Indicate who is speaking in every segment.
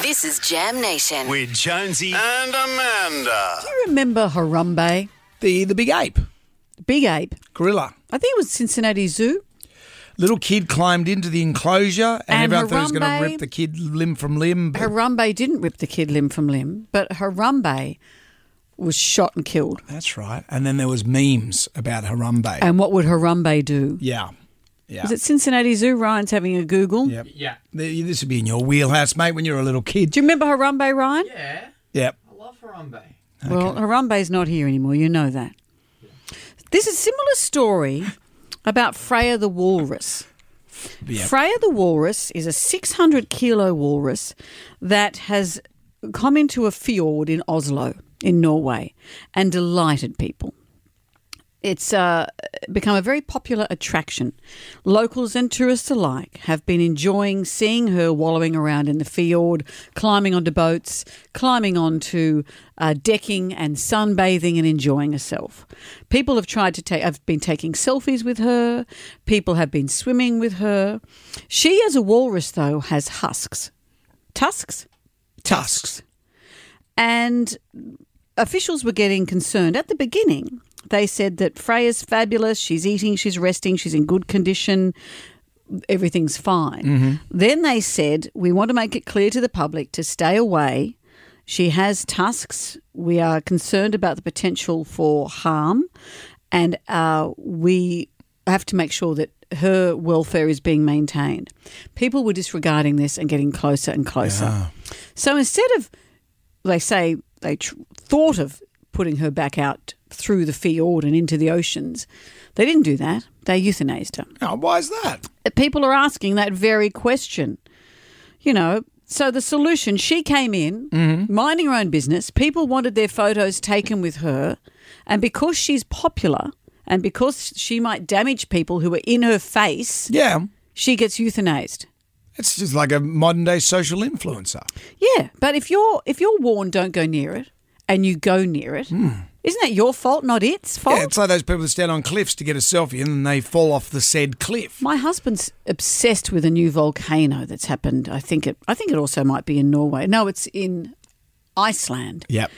Speaker 1: This is Jam Nation.
Speaker 2: with Jonesy.
Speaker 3: and Amanda.
Speaker 4: you remember Harambe,
Speaker 5: The the big ape,
Speaker 4: big ape?
Speaker 5: gorilla.
Speaker 4: I think it was Cincinnati Zoo.
Speaker 5: Little kid climbed into the enclosure,
Speaker 4: And
Speaker 5: and, everyone thought he was going
Speaker 4: Harambe-
Speaker 5: to rip the kid limb from limb. but-
Speaker 4: Harambe didn't rip the kid limb from limb, but Harambe was shot and killed.
Speaker 5: That's right. And then there was memes about Harambe.
Speaker 4: And what would Harambe do?
Speaker 5: yeah, yeah.
Speaker 4: Is it Cincinnati Zoo? Ryan's having a Google.
Speaker 5: Yep. Yeah. This would be in your wheelhouse, mate, when you're a little kid.
Speaker 4: Do you remember Harambe, Ryan?
Speaker 6: Yeah,
Speaker 5: Yep.
Speaker 6: I love Harambe.
Speaker 4: Well, Harambe's not here anymore. You know that. This is a similar story about Freya the walrus.
Speaker 5: Yep.
Speaker 4: Freya the walrus is a 600 kilo walrus that has come into a fjord in Oslo, in Norway, and delighted people. It's uh, become a very popular attraction. Locals and tourists alike have been enjoying seeing her wallowing around in the fjord, climbing onto boats, climbing onto uh, decking, and sunbathing and enjoying herself. People have tried to take, have been taking selfies with her. People have been swimming with her. She, as a walrus, though, has husks, tusks,
Speaker 5: Tusks.
Speaker 4: and officials were getting concerned at the beginning. They said that Freya's fabulous, she's eating, she's resting, she's in good condition, everything's fine. Then they said, We want to make it clear to the public to stay away. She has tusks. We are concerned about the potential for harm, and uh, we have to make sure that her welfare is being maintained. People were disregarding this and getting closer and closer. So instead of they say they tr- thought of putting her back out through the fjord and into the oceans. They didn't do that. They euthanized her.
Speaker 5: Oh, why is that?
Speaker 4: People are asking that very question. You know, so the solution she came in, minding her own business. People wanted their photos taken with her. And because she's popular and because she might damage people who are in her face,
Speaker 5: Yeah.
Speaker 4: she gets euthanized.
Speaker 5: It's just like a modern day social influencer.
Speaker 4: Yeah, but if you're if you're warned, don't go near it, and you go near it, not that your fault, not its fault?
Speaker 5: Hmm. Yeah, it's like those people that stand on cliffs to get a selfie and then they fall off the said cliff.
Speaker 4: My husband's obsessed with a new volcano that's happened. I think it. I think it also might be in Norway. No, it's in Iceland.
Speaker 5: Yep.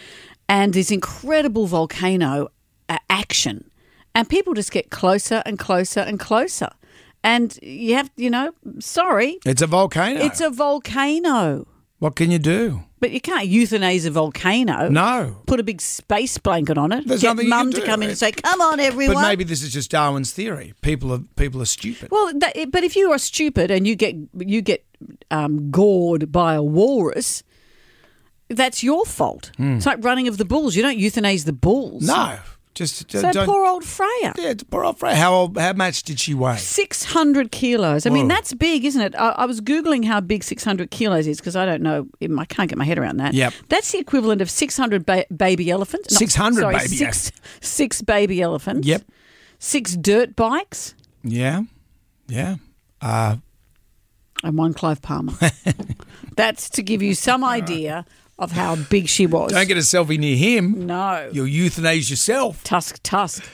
Speaker 4: and this incredible volcano uh, action, and people just get closer and closer and closer, and you have you know, sorry,
Speaker 5: It's a volcano.
Speaker 4: it's a volcano,
Speaker 5: what can you do?
Speaker 4: but you can't euthanize a volcano.
Speaker 5: No.
Speaker 4: put a big space blanket on it.
Speaker 5: There's
Speaker 4: get
Speaker 5: nothing you
Speaker 4: mum
Speaker 5: can
Speaker 4: to
Speaker 5: do,
Speaker 4: come in
Speaker 5: right?
Speaker 4: and say, "Come on, everyone."
Speaker 5: But maybe this is just Darwin's theory. People are people are stupid.
Speaker 4: well, that, but if you are stupid and you get you get um, gored by a walrus, that's your fault. It's like running of the bulls. You don't euthanize the bulls.
Speaker 5: Hmm. no, just uh,
Speaker 4: So
Speaker 5: don't.
Speaker 4: poor old Freya.
Speaker 5: yeah, it's poor old Freya. How old, how much did she weigh?
Speaker 4: 600 kilos. I mean,
Speaker 5: Whoa.
Speaker 4: that's big, isn't it? I, I was Googling how big 600 kilos is because I don't know. I can't get my head around that.
Speaker 5: Yep.
Speaker 4: That's the equivalent of 600 ba- baby elephants. No,
Speaker 5: 600
Speaker 4: sorry,
Speaker 5: baby
Speaker 4: six, six baby elephants.
Speaker 5: Yep.
Speaker 4: Six dirt bikes.
Speaker 5: Yeah, yeah.
Speaker 4: and one Clive Palmer. That's to give you some idea of how big she was.
Speaker 5: Don't get a selfie near him.
Speaker 4: no
Speaker 5: You'll euthanize yourself.
Speaker 4: tusk tusk.